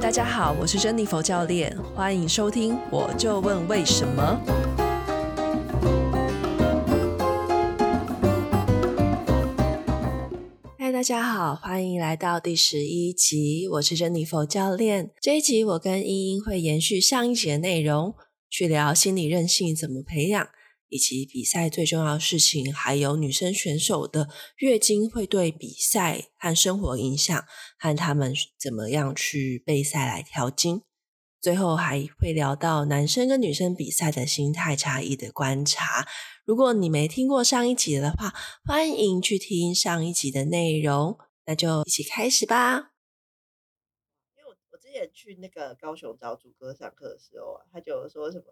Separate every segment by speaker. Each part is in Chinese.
Speaker 1: 大家好，我是珍妮佛教练，欢迎收听《我就问为什么》。嗨，大家好，欢迎来到第十一集，我是珍妮佛教练。这一集我跟茵茵会延续上一集的内容，去聊心理韧性怎么培养，以及比赛最重要的事情，还有女生选手的月经会对比赛和生活影响，和他们怎么样去备赛来调经。最后还会聊到男生跟女生比赛的心态差异的观察。如果你没听过上一集的话，欢迎去听上一集的内容。那就一起开始吧。
Speaker 2: 因为我我之前去那个高雄找主哥上课的时候啊，他就有说什么，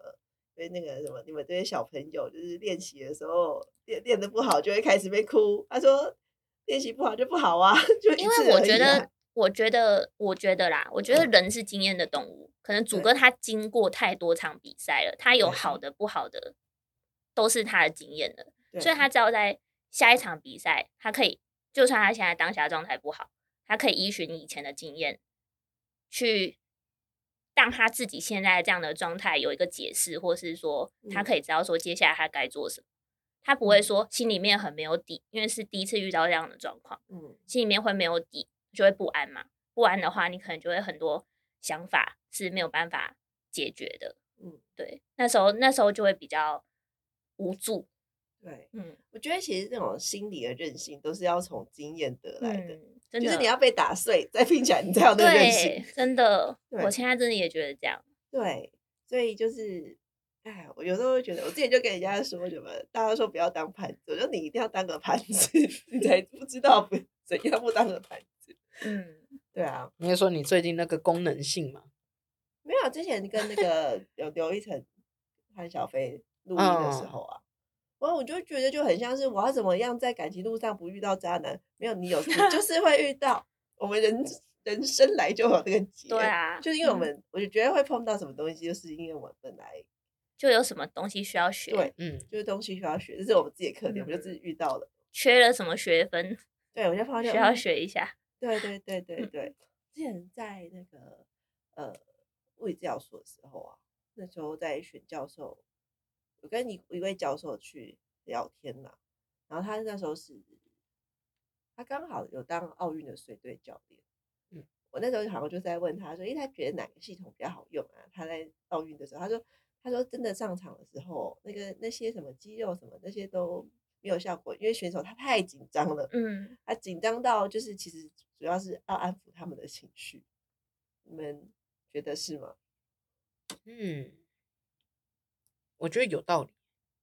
Speaker 2: 对那个什么，你们这些小朋友就是练习的时候练练的不好，就会开始被哭。他说练习不好就不好啊， 就一
Speaker 3: 因为
Speaker 2: 次
Speaker 3: 我
Speaker 2: 而
Speaker 3: 觉
Speaker 2: 已啊嗯
Speaker 3: 得，我觉得，我觉得啦，我觉得人是经验的动物。可能祖
Speaker 2: 对
Speaker 3: 哥他经过太多场比赛了，他有
Speaker 2: 对
Speaker 3: 好的、不好的，都是他的经验了，
Speaker 2: 对
Speaker 3: 所以他只要在下一场比赛，他可以，就算他现在当下状态不好，他可以依循以前的经验，去让他自己现在这样的状态有一个解释，或是说他
Speaker 2: 嗯
Speaker 3: 可以知道说接下来他该做什么。他不会
Speaker 2: 嗯
Speaker 3: 说心里面很没有底，因为是第一次遇到这样的状况。
Speaker 2: 嗯
Speaker 3: 心里面会没有底，就会不安嘛。不安的话，你可能就会很多想法是没有办法解决的。
Speaker 2: 嗯，
Speaker 3: 对，那时候那时候就会比较无助。
Speaker 2: 对，
Speaker 3: 嗯，
Speaker 2: 我觉得其实那种心理的韧性都是要从经验得来的，
Speaker 3: 嗯，真
Speaker 2: 就
Speaker 3: 的，
Speaker 2: 是你要被打碎再拼起来，你才有那个韧性
Speaker 3: 对。，真的，
Speaker 2: 对
Speaker 3: 我现在真的也觉得这样。
Speaker 2: 对，所以就是，哎，我有时候会觉得，我之前就跟人家说什么，大家说不要当盘子，我说你一定要当个盘子， 你才不知道不怎样不当个盘子。
Speaker 3: 嗯，
Speaker 2: 对啊，
Speaker 4: 你是说你最近那个功能性嘛？
Speaker 2: 没有之前跟那个有刘一成、潘小飞录音的时
Speaker 4: 嗯
Speaker 2: 候啊。然后我就觉得就很像是我要怎么样在感情路上不遇到渣男，没有你有你就是会遇到，我们人人生来就有这个劫，
Speaker 3: 对，啊，
Speaker 2: 就是因为我
Speaker 3: 嗯
Speaker 2: 们、我就觉得会碰到什么东西，就是因为我们本来
Speaker 3: 就有什么东西需要学，
Speaker 2: 对
Speaker 4: 嗯，
Speaker 2: 就是东西需要学，这是我们自己的
Speaker 3: 嗯
Speaker 2: 课点，我们就自己遇到了。
Speaker 3: 缺了什么学分
Speaker 2: 对，我就发现
Speaker 3: 需要
Speaker 2: 嗯
Speaker 3: 学一下。
Speaker 2: 对对对对
Speaker 3: 嗯
Speaker 2: 对，之前在那个呃物理治疗所的时候啊，那时候在选教授，我跟一一位教授去聊天啦、然后他那时候是，他刚好有当奥运的随队教练。
Speaker 4: 嗯
Speaker 2: 我那时候好像就在问他说，诶，他觉得哪个系统比较好用啊？他在奥运的时候，他说，他说真的上场的时候，那个那些什么肌肉什么那些都没有效果，因为选手他太紧张了。
Speaker 3: 嗯，
Speaker 2: 他啊紧张到就是其实主要是要安抚他们的情绪，你们觉得是吗？
Speaker 4: 嗯，我觉得有道理。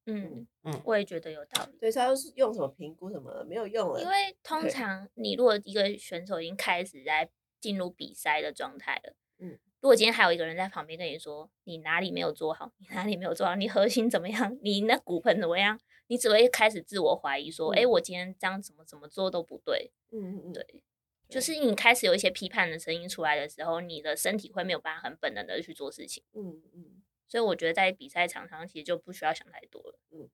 Speaker 3: 嗯
Speaker 4: 嗯
Speaker 3: 我也觉得有道理。
Speaker 2: 对，所以他就是用什么评估什么没有用了，
Speaker 3: 因为通
Speaker 2: 对
Speaker 3: 常你如果一个选手已经开始在进入比赛的状态了，
Speaker 2: 嗯
Speaker 3: 嗯，如果今天还有一个人在旁边跟你说你哪里没有做好，你哪里没有做好，你核心怎么样，你那骨盆怎么样，你只会开始自我怀疑说，哎、
Speaker 2: 嗯
Speaker 3: 我今天这样怎么怎么做都不对，
Speaker 2: 嗯嗯嗯，
Speaker 3: 对。就是你开始有一些批判的声音出来的时候，你的身体会没有办法很本能的去做事情，
Speaker 2: 嗯嗯，
Speaker 3: 所以我觉得在比赛场上其实就不需要想太多了。嗯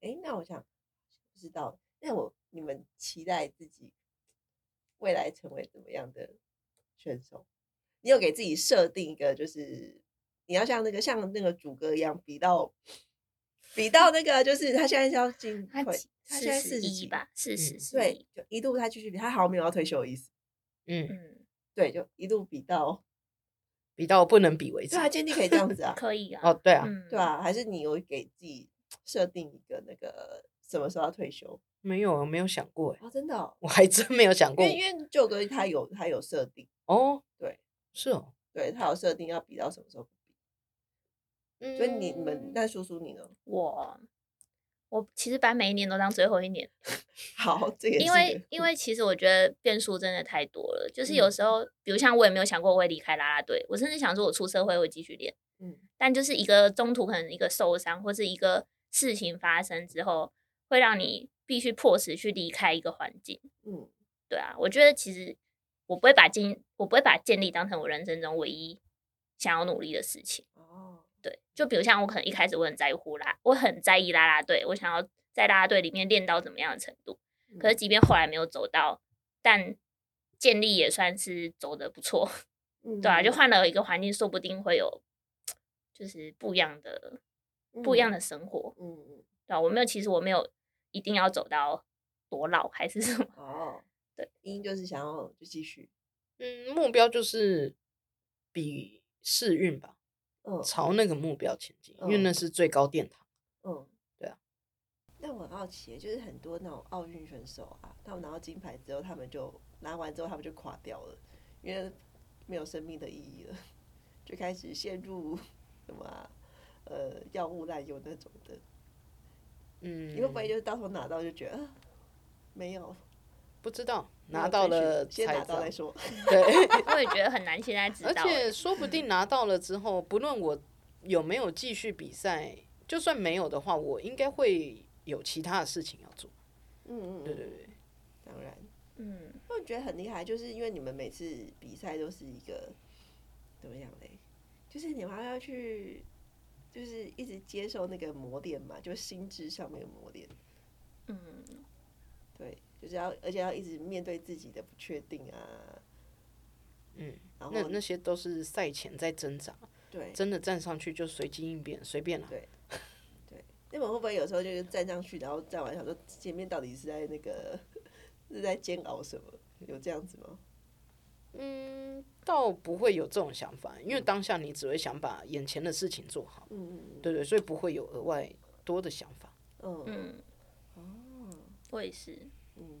Speaker 2: 哎，嗯那我想不知道，那我你们期待自己未来成为怎么样的选手？你有给自己设定一个，就是你要像那个像那个主歌一样，比到比到那个，就是他现在是要进
Speaker 3: 他
Speaker 2: 退，他现在
Speaker 3: 四
Speaker 2: 四
Speaker 3: 十
Speaker 2: 十
Speaker 3: 一
Speaker 2: 几
Speaker 3: 吧，四十、
Speaker 4: 嗯
Speaker 2: 对，，就一度他继续比，他好像没有要退休的意思。
Speaker 4: 嗯，
Speaker 3: 嗯，
Speaker 2: 对，就一路比到，
Speaker 4: 比到不能比为止
Speaker 2: 对。啊，建议可以这样子啊，
Speaker 3: 可以啊，
Speaker 4: 哦，对啊，
Speaker 3: 嗯，
Speaker 2: 对啊，还是你有给自己设定一个那个什么时候要退休
Speaker 4: 没有，没有想过哎，
Speaker 2: 啊？真的哦、
Speaker 4: 我还真没有想
Speaker 2: 因
Speaker 4: 过。
Speaker 2: 为因为舅哥他有他有设定，
Speaker 4: 哦，
Speaker 2: 对，
Speaker 4: 是哦，
Speaker 2: 对他有设定要比到什么时候不比，
Speaker 4: 嗯
Speaker 2: 所以你你们那叔叔你呢？
Speaker 3: 我我其实把每一年都当最后一年，
Speaker 2: 好，这也是
Speaker 3: 因为因
Speaker 2: 为
Speaker 3: 为其实我觉得变数真的太多了，就是有
Speaker 2: 嗯
Speaker 3: 时候，比如像我也没有想过我会离开啦啦队，我甚至想说我出社会会继续练，
Speaker 2: 嗯
Speaker 3: 但就是一个中途可能一个受伤或是一个事情发生之后，会让你必须迫使去离开一个环境，
Speaker 2: 嗯
Speaker 3: 对啊，我觉得其实我不会把建我不会把建立当成我人生中唯一想要努力的事情。
Speaker 2: 哦
Speaker 3: 对，就比如像我可能一开始我很在乎啦，我很在意啦啦队，我想要在啦啦队里面练到怎么样的程度。可是
Speaker 2: 嗯
Speaker 3: 即便后来没有走到，但建立也算是走的不错，
Speaker 2: 嗯
Speaker 3: 对啊，就换了一个环境，说不定会有就是不一样的、不一样
Speaker 2: 嗯
Speaker 3: 的生活，
Speaker 2: 嗯嗯
Speaker 3: 对啊，我没有，其实我没有一定要走到多老还是什么，
Speaker 2: 哦，
Speaker 3: 对，
Speaker 2: 因就是想要就继续，
Speaker 4: 嗯，目标就是比试运吧，
Speaker 2: 嗯
Speaker 4: 朝那个目标前进，因为那
Speaker 2: 嗯
Speaker 4: 是最高殿堂。
Speaker 2: 嗯，
Speaker 4: 对啊。
Speaker 2: 但我很好奇，就是很多那种奥运选手啊，他们拿到金牌之后，他们就拿完之后他们就垮掉了，因为没有生命的意义了，就开始陷入什么啊、呃药物滥用那种的。
Speaker 4: 嗯，
Speaker 2: 你会不会就是到时候拿到就觉得啊没有
Speaker 4: 不知道
Speaker 2: 没
Speaker 4: 拿
Speaker 2: 有
Speaker 4: 到
Speaker 2: 追寻
Speaker 4: 了
Speaker 2: 先
Speaker 4: 才
Speaker 2: 拿
Speaker 4: 知
Speaker 2: 到
Speaker 4: 道
Speaker 2: 再说？
Speaker 4: 对，
Speaker 3: 我也觉得很难现在知
Speaker 4: 而
Speaker 3: 道欸。
Speaker 4: 且说不定拿到了之后，不论我有没有继续比赛，就算没有的话，我应该会有其他的事情要做。
Speaker 2: 嗯嗯，
Speaker 4: 对对，对，
Speaker 2: 当然。
Speaker 3: 嗯，
Speaker 2: 我觉得很厉害，就是因为你们每次比赛都是一个怎么样嘞？就是你们还要去，就是一直接受那个磨练嘛，就心智上面的磨练。
Speaker 3: 嗯，
Speaker 2: 对，就是要而且要一直面对自己的不确定啊。
Speaker 4: 嗯，
Speaker 2: 然后
Speaker 4: 那那些都是赛前在挣扎，
Speaker 2: 对
Speaker 4: 真的站上去就随机应变，随便啦。
Speaker 2: 对那你们会不会有时候就是站上去，然后站完想说前面到底是在那个 是在煎熬什么？有这样子吗？
Speaker 4: 嗯，倒不会有这种想法，因为当下你只会想把眼前的事情做好。
Speaker 2: 嗯
Speaker 4: 对对，所以不会有额外多的想法。
Speaker 2: 嗯嗯
Speaker 3: 嗯，
Speaker 2: 哦
Speaker 3: 我也是。
Speaker 2: 嗯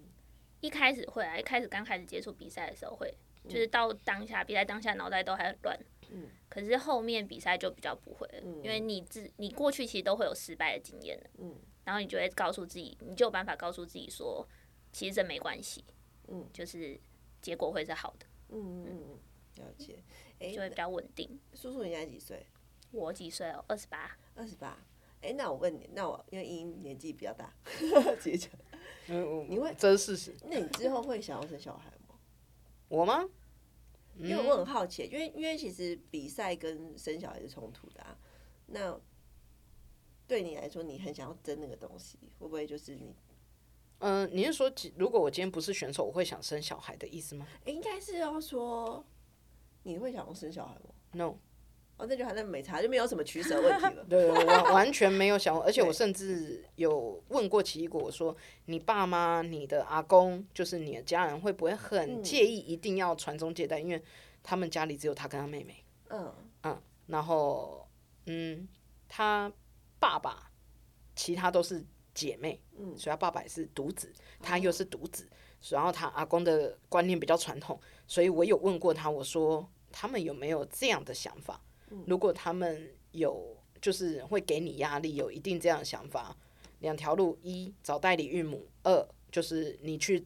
Speaker 3: 一开始会啊，一开始刚开始接触比赛的时候会，就是到当下比赛当下脑袋都还很乱。
Speaker 2: 嗯
Speaker 3: 可是后面比赛就比较不会了，
Speaker 2: 嗯
Speaker 3: 因为你自你过去其实都会有失败的经验的，
Speaker 2: 嗯
Speaker 3: 然后你就会告诉自己，你就有办法告诉自己说，其实这没关系，
Speaker 2: 嗯
Speaker 3: 就是结果会是好的，
Speaker 2: 嗯嗯嗯，了解。哎、
Speaker 3: 就会比较稳定。
Speaker 2: 叔叔你现在几岁？
Speaker 3: 我几岁哦？二十八。
Speaker 2: 二十八。哎，那我问你，那我因为英年纪比较大， 直接讲，
Speaker 4: 嗯，
Speaker 2: 你会
Speaker 4: 这是事实。
Speaker 2: 那你之后会想要生小孩吗？
Speaker 4: 我吗？
Speaker 2: 因为我很好奇，因为因为其实比赛跟生小孩是冲突的啊。那对你来说，你很想要争那个东西，会不会就是你？
Speaker 4: 嗯、你是说，如果我今天不是选手，我会想生小孩的意思吗
Speaker 2: 哎，应该是要说你会想要生小孩吗？
Speaker 4: ？No，。
Speaker 2: 哦，那就还在没差，就没有什么取舍问题了
Speaker 4: 对，我完完全没有想过，而且
Speaker 2: 对
Speaker 4: 我甚至有问过奇异果，我说你爸妈、你的阿公，就是你的家人，会不会很
Speaker 2: 嗯
Speaker 4: 介意一定要传宗接代？因为他们家里只有他跟他妹妹，
Speaker 2: 嗯
Speaker 4: 然后嗯，他爸爸其他都是姐妹，
Speaker 2: 嗯
Speaker 4: 所以他爸爸也是独子，他又是独子，然后他阿公的观念比较传统，所以我有问过他，我说他们有没有这样的想法？如果他们有，就是会给你压力，有一定这样的想法，两条路：一找代理孕母，二就是你去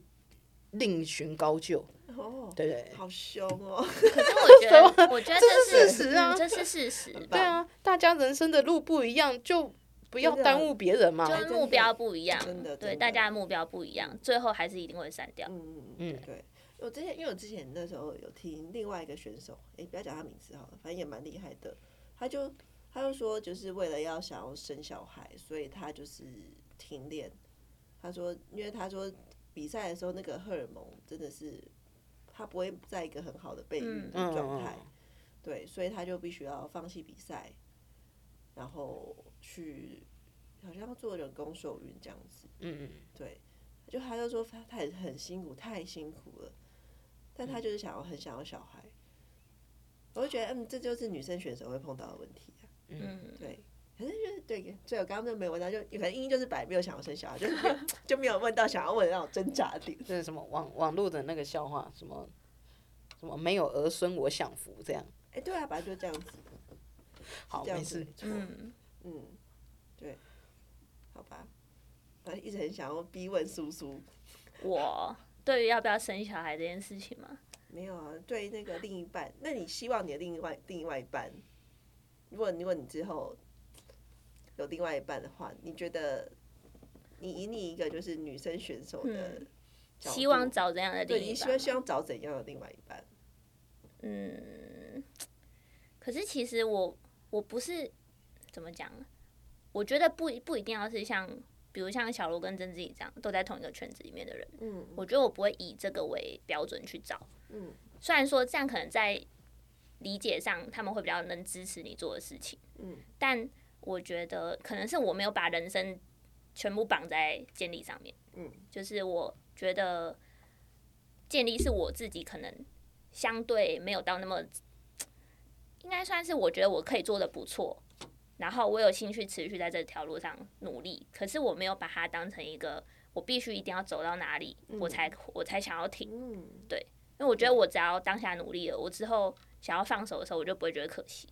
Speaker 4: 另寻高就，
Speaker 2: 哦，
Speaker 4: 对不对？
Speaker 2: 好凶哦。
Speaker 3: 可是 我觉得，我觉得
Speaker 4: 这
Speaker 3: 这
Speaker 4: 是事实啊
Speaker 3: 嗯这是事实。
Speaker 4: 对啊，大家人生的路不一样，就不要
Speaker 2: 真的
Speaker 4: 耽误别人嘛。嗯
Speaker 3: 就是
Speaker 2: 真
Speaker 3: 目
Speaker 2: 的
Speaker 3: 标不一样
Speaker 2: 真的，真
Speaker 3: 对，
Speaker 2: 的
Speaker 3: 大家的目标不一样，最后还是一定会散掉。
Speaker 2: 嗯嗯
Speaker 4: 嗯
Speaker 2: 嗯，对。我之前因为我之前那时候有听另外一个选手，诶，不要讲他名字好了，反正也蛮厉害的。他就他就说，就是为了要想要生小孩，所以他就是停练。他说，因为他说比赛的时候那个荷尔蒙真的是他不会在一个很好的备孕的
Speaker 4: 嗯
Speaker 2: 状
Speaker 4: 嗯
Speaker 2: 态，对，所以他就必须要放弃比赛，然后去好像要做人工受孕这样子。
Speaker 4: 嗯嗯，
Speaker 2: 对，就他就说他他也很辛苦，太辛苦了，但他就是想要很想要小孩，我就觉得嗯，这就是女生选手会碰到的问题啊。
Speaker 3: 嗯，
Speaker 2: 对，可是就是对，所以我刚刚就没有问到，就可能英英就是摆没有想要生小孩，就没有就没有问到想要问的那种挣扎点。
Speaker 4: 这是什么网网络的那个笑话，什么什么没有儿孙我享福这样。
Speaker 2: 哎、对啊，反正就这样子，
Speaker 4: 好，
Speaker 2: 这样
Speaker 4: 没
Speaker 2: 子
Speaker 4: 事
Speaker 2: 没。错。
Speaker 3: 嗯，
Speaker 2: 嗯，对，好吧，反正一直很想要逼问苏苏，
Speaker 3: 我对于要不要生小孩这件事情嘛，
Speaker 2: 没有啊，对那个另一半，那你希望你的另外另外一半，如果如果你之后有另外一半的话，你觉得你以你一个就是女生选手的
Speaker 3: 嗯
Speaker 2: 角度
Speaker 3: 希望找这样的
Speaker 2: 对
Speaker 3: 另
Speaker 2: 你
Speaker 3: 一
Speaker 2: 希
Speaker 3: 半
Speaker 2: 望希
Speaker 3: 嘛。
Speaker 2: 望找怎样的另外一半？
Speaker 3: 嗯，可是其实我我不是怎么讲啊，我觉得不不一定要是像，比如像小卢跟曾志怡这样都在同一个圈子里面的人，
Speaker 2: 嗯
Speaker 3: 我觉得我不会以这个为标准去找。
Speaker 2: 嗯
Speaker 3: 虽然说这样可能在理解上他们会比较能支持你做的事情。
Speaker 2: 嗯，
Speaker 3: 但我觉得可能是我没有把人生全部绑在建立上面，
Speaker 2: 嗯，
Speaker 3: 就是我觉得建立是我自己可能相对没有到那么，应该算是我觉得我可以做的不错，然后我有兴趣持续在这条路上努力，可是我没有把它当成一个我必须一定要走到哪里、我才我才想要停，
Speaker 2: 嗯，
Speaker 3: 因为我觉得我只要当下努力了，我之后想要放手的时候，我就不会觉得可惜，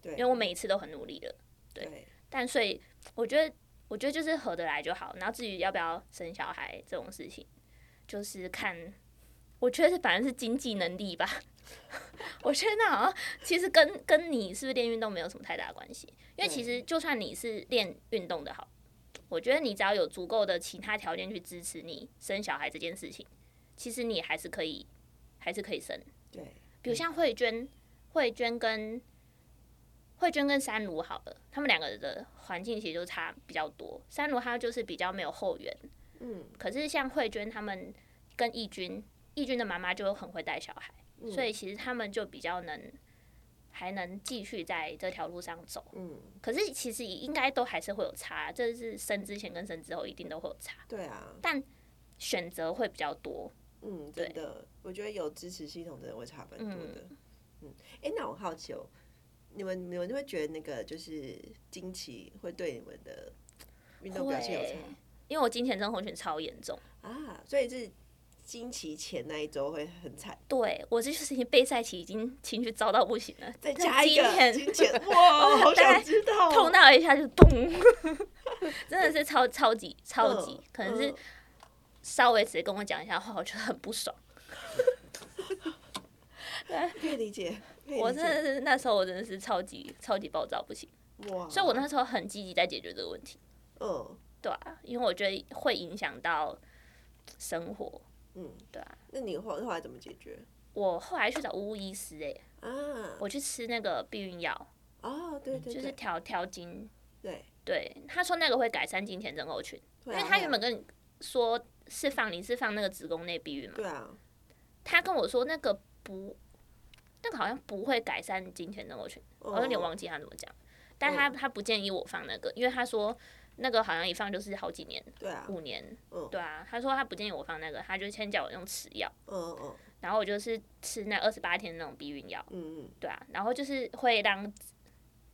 Speaker 2: 对，
Speaker 3: 因为我每一次都很努力了。对
Speaker 2: 嗯对，
Speaker 3: 但所以我觉得，我觉得就是合得来就好。然后至于要不要生小孩这种事情，就是看，我觉得是反正是经济能力吧。 我觉得那好像其实跟跟你是不是练运动没有什么太大关系，因为其实就算你是练运动的好，我觉得你只要有足够的其他条件去支持你生小孩这件事情，其实你还是可以，还是可以生。
Speaker 2: 对，
Speaker 3: 比如像慧娟，慧娟跟慧娟跟三卢好了，他们两个的环境其实就差比较多。三卢他就是比较没有后援，
Speaker 2: 嗯，
Speaker 3: 可是像慧娟他们跟义军，义军的妈妈就很会带小孩，
Speaker 2: 嗯
Speaker 3: 所以，其实他们就比较能还能继续在这条路上走。
Speaker 2: 嗯，
Speaker 3: 可是其实应该都还是会有差，这是生之前跟生之后一定都会有差，
Speaker 2: 对啊，
Speaker 3: 选择会比较多。
Speaker 2: 嗯，
Speaker 3: 对
Speaker 2: 真的，我觉得有支持系统真的会差蛮多
Speaker 3: 嗯
Speaker 2: 的。嗯，哎、那我好奇哦，你们你们会觉得那个就是经期会对你们的运动表现有
Speaker 3: 会，
Speaker 2: 差
Speaker 3: 因为我金钱症候群超严重。
Speaker 2: 啊？所以是经期前那一周会很惨，
Speaker 3: 对我这就是已经备赛期已经情绪糟到不行了，
Speaker 2: 再
Speaker 3: 那
Speaker 2: 哎加一
Speaker 3: 今
Speaker 2: 个
Speaker 3: 天
Speaker 2: 经前， 哇，好
Speaker 3: 大
Speaker 2: 想
Speaker 3: 概
Speaker 2: 知道哦，
Speaker 3: 痛到一下就 咚，真的是超超级超
Speaker 2: 嗯
Speaker 3: 级，可能是
Speaker 2: 嗯
Speaker 3: 稍微只跟我讲一下话，我觉得很不爽。
Speaker 2: 可以理解，可以
Speaker 3: 我
Speaker 2: 理
Speaker 3: 真
Speaker 2: 解
Speaker 3: 的是那时候我真的是超级超级暴躁不行，
Speaker 2: 哇，
Speaker 3: 所以我那时候很积极在解决这个问题，
Speaker 2: 嗯
Speaker 3: 对啊，因为我觉得会影响到生活，
Speaker 2: 嗯，
Speaker 3: 对啊。
Speaker 2: 那你后后来怎么解决
Speaker 3: 我后来去找巫医师、欸，
Speaker 2: 啊？
Speaker 3: 我去吃那个避孕药，
Speaker 2: 哦，对对
Speaker 3: 就是
Speaker 2: 对
Speaker 3: 调调经，
Speaker 2: 对，啊
Speaker 3: 对，他说那个会改善金钱症候群。
Speaker 2: 因
Speaker 3: 因为他原本跟你说是放你是放那个子宫内避孕嘛，
Speaker 2: 对啊，
Speaker 3: 他跟我说那个不，那个好像不会改善金钱症候群，我有点
Speaker 2: 嗯
Speaker 3: 忘记他怎么讲，但
Speaker 2: 哦
Speaker 3: 他他不建议我放那个，因为他说那个好像一放就是好几年，
Speaker 2: 对啊，
Speaker 3: 五年
Speaker 2: 嗯，
Speaker 3: 对啊，他说他不建议我放那个，他就先叫我用吃药，
Speaker 2: 嗯嗯
Speaker 3: 然后我就是吃那二十八天那种避孕药，
Speaker 2: 嗯嗯，
Speaker 3: 对啊，然后就是会让，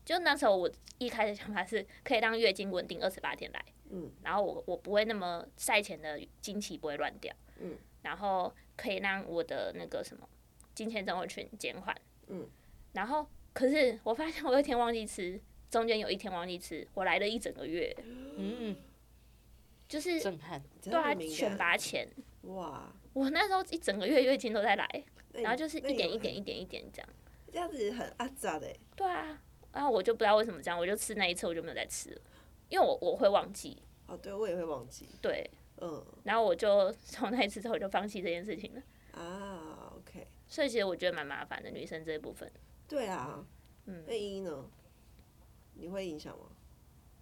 Speaker 3: 就那时候我一开始想法是可以让月经稳定二十八天来，
Speaker 2: 嗯，
Speaker 3: 然后我我不会那么赛前的经期不会乱掉，
Speaker 2: 嗯，
Speaker 3: 然后可以让我的那个什么金钱症候群减缓，
Speaker 2: 嗯，
Speaker 3: 然后可是我发现我有一天忘记吃，中间有一天忘记吃，我来了一整个月，
Speaker 4: 嗯，
Speaker 3: 就是
Speaker 4: 震撼，
Speaker 3: 对啊
Speaker 2: 真的，敏
Speaker 3: 选
Speaker 2: 感
Speaker 3: 拔前
Speaker 2: 哇，
Speaker 3: 我那时候一整个月月经都在来，
Speaker 2: 那你
Speaker 3: 然后就是
Speaker 2: 哎那
Speaker 3: 一
Speaker 2: 你
Speaker 3: 点
Speaker 2: 有
Speaker 3: 一点一点一点这样。
Speaker 2: 这样子很阿杂的欸，
Speaker 3: 对啊，然后我就不知道为什么这样，我就吃那一次我就没有再吃了，因为我我会忘记，
Speaker 2: 哦，对我也会忘记，
Speaker 3: 对，
Speaker 2: 嗯
Speaker 3: 然后我就从那一次之后我就放弃这件事情了，
Speaker 2: 啊，OK，
Speaker 3: 所以其实我觉得蛮麻烦的，女生这一部分，
Speaker 2: 对啊，
Speaker 3: 嗯
Speaker 2: 那，依依呢？你会影响吗？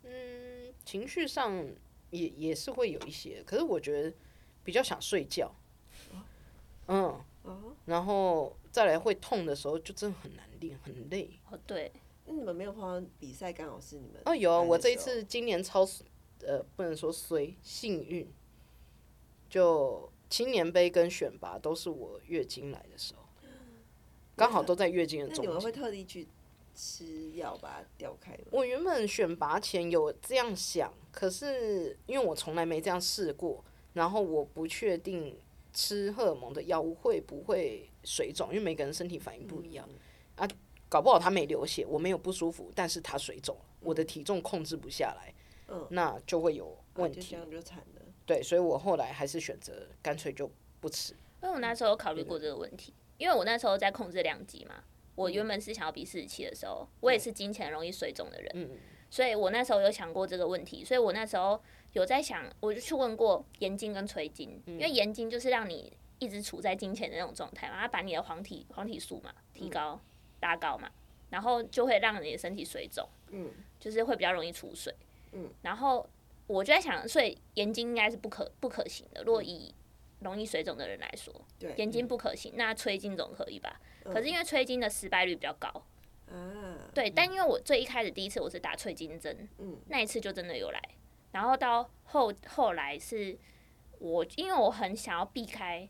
Speaker 4: 嗯，情绪上也也是会有一些，可是我觉得比较想睡觉，嗯，
Speaker 2: 哦，
Speaker 4: 然后再来会痛的时候就真的很难练，很累。
Speaker 3: 哦对，
Speaker 2: 那你们没有碰到比赛，刚好是你们
Speaker 4: 哦，有啊，
Speaker 2: 来的
Speaker 4: 我这一
Speaker 2: 时候
Speaker 4: 次今年超呃，不能说衰，幸运，就青年杯跟选拔都是我月经来的时候，刚好都在月经的
Speaker 2: 那
Speaker 4: 中
Speaker 2: 你们会
Speaker 4: 间。
Speaker 2: 特地去吃药把它调开吗？
Speaker 4: 我原本选拔前有这样想，可是因为我从来没这样试过，然后我不确定吃荷尔蒙的药物会不会水肿，因为每个人身体反应不一样。
Speaker 2: 嗯
Speaker 4: 搞不好他没流血，我没有不舒服，但是他水肿了，我的体重控制不下来，
Speaker 2: 嗯
Speaker 4: 那就会有
Speaker 2: 啊
Speaker 4: 问
Speaker 2: 就这
Speaker 4: 题。
Speaker 2: 样就惨了。
Speaker 4: 对，所以我后来还是选择干脆就不吃。
Speaker 3: 因为我那时候有考虑过这个问题，因为我那时候在控制量级嘛，我原本是想要比四十七的时候，我也是金钱容易水肿的人，
Speaker 4: 嗯，
Speaker 3: 所以我那时候有想过这个问题，所以我那时候有在想，我就去问过盐津跟垂金，
Speaker 2: 嗯
Speaker 3: 因为盐津就是让你一直处在金钱的那种状态嘛，它把你的黄体黄体素嘛提
Speaker 2: 嗯
Speaker 3: 高、拉高嘛，然后就会让你的身体水肿，
Speaker 2: 嗯，
Speaker 3: 就是会比较容易出水，
Speaker 2: 嗯，
Speaker 3: 然后我就在想，所以盐津应该是不可不可行的，如果以容易水肿的人来说，
Speaker 2: 嗯对，嗯
Speaker 3: 眼睛不可行，那催经总可以吧？可是因为催经的失败率比较高，
Speaker 2: 啊，，
Speaker 3: 对。但因为我最一开始第一次我是打催经针，
Speaker 2: 嗯
Speaker 3: 那一次就真的有来，然后到后后来是我因为我很想要避开，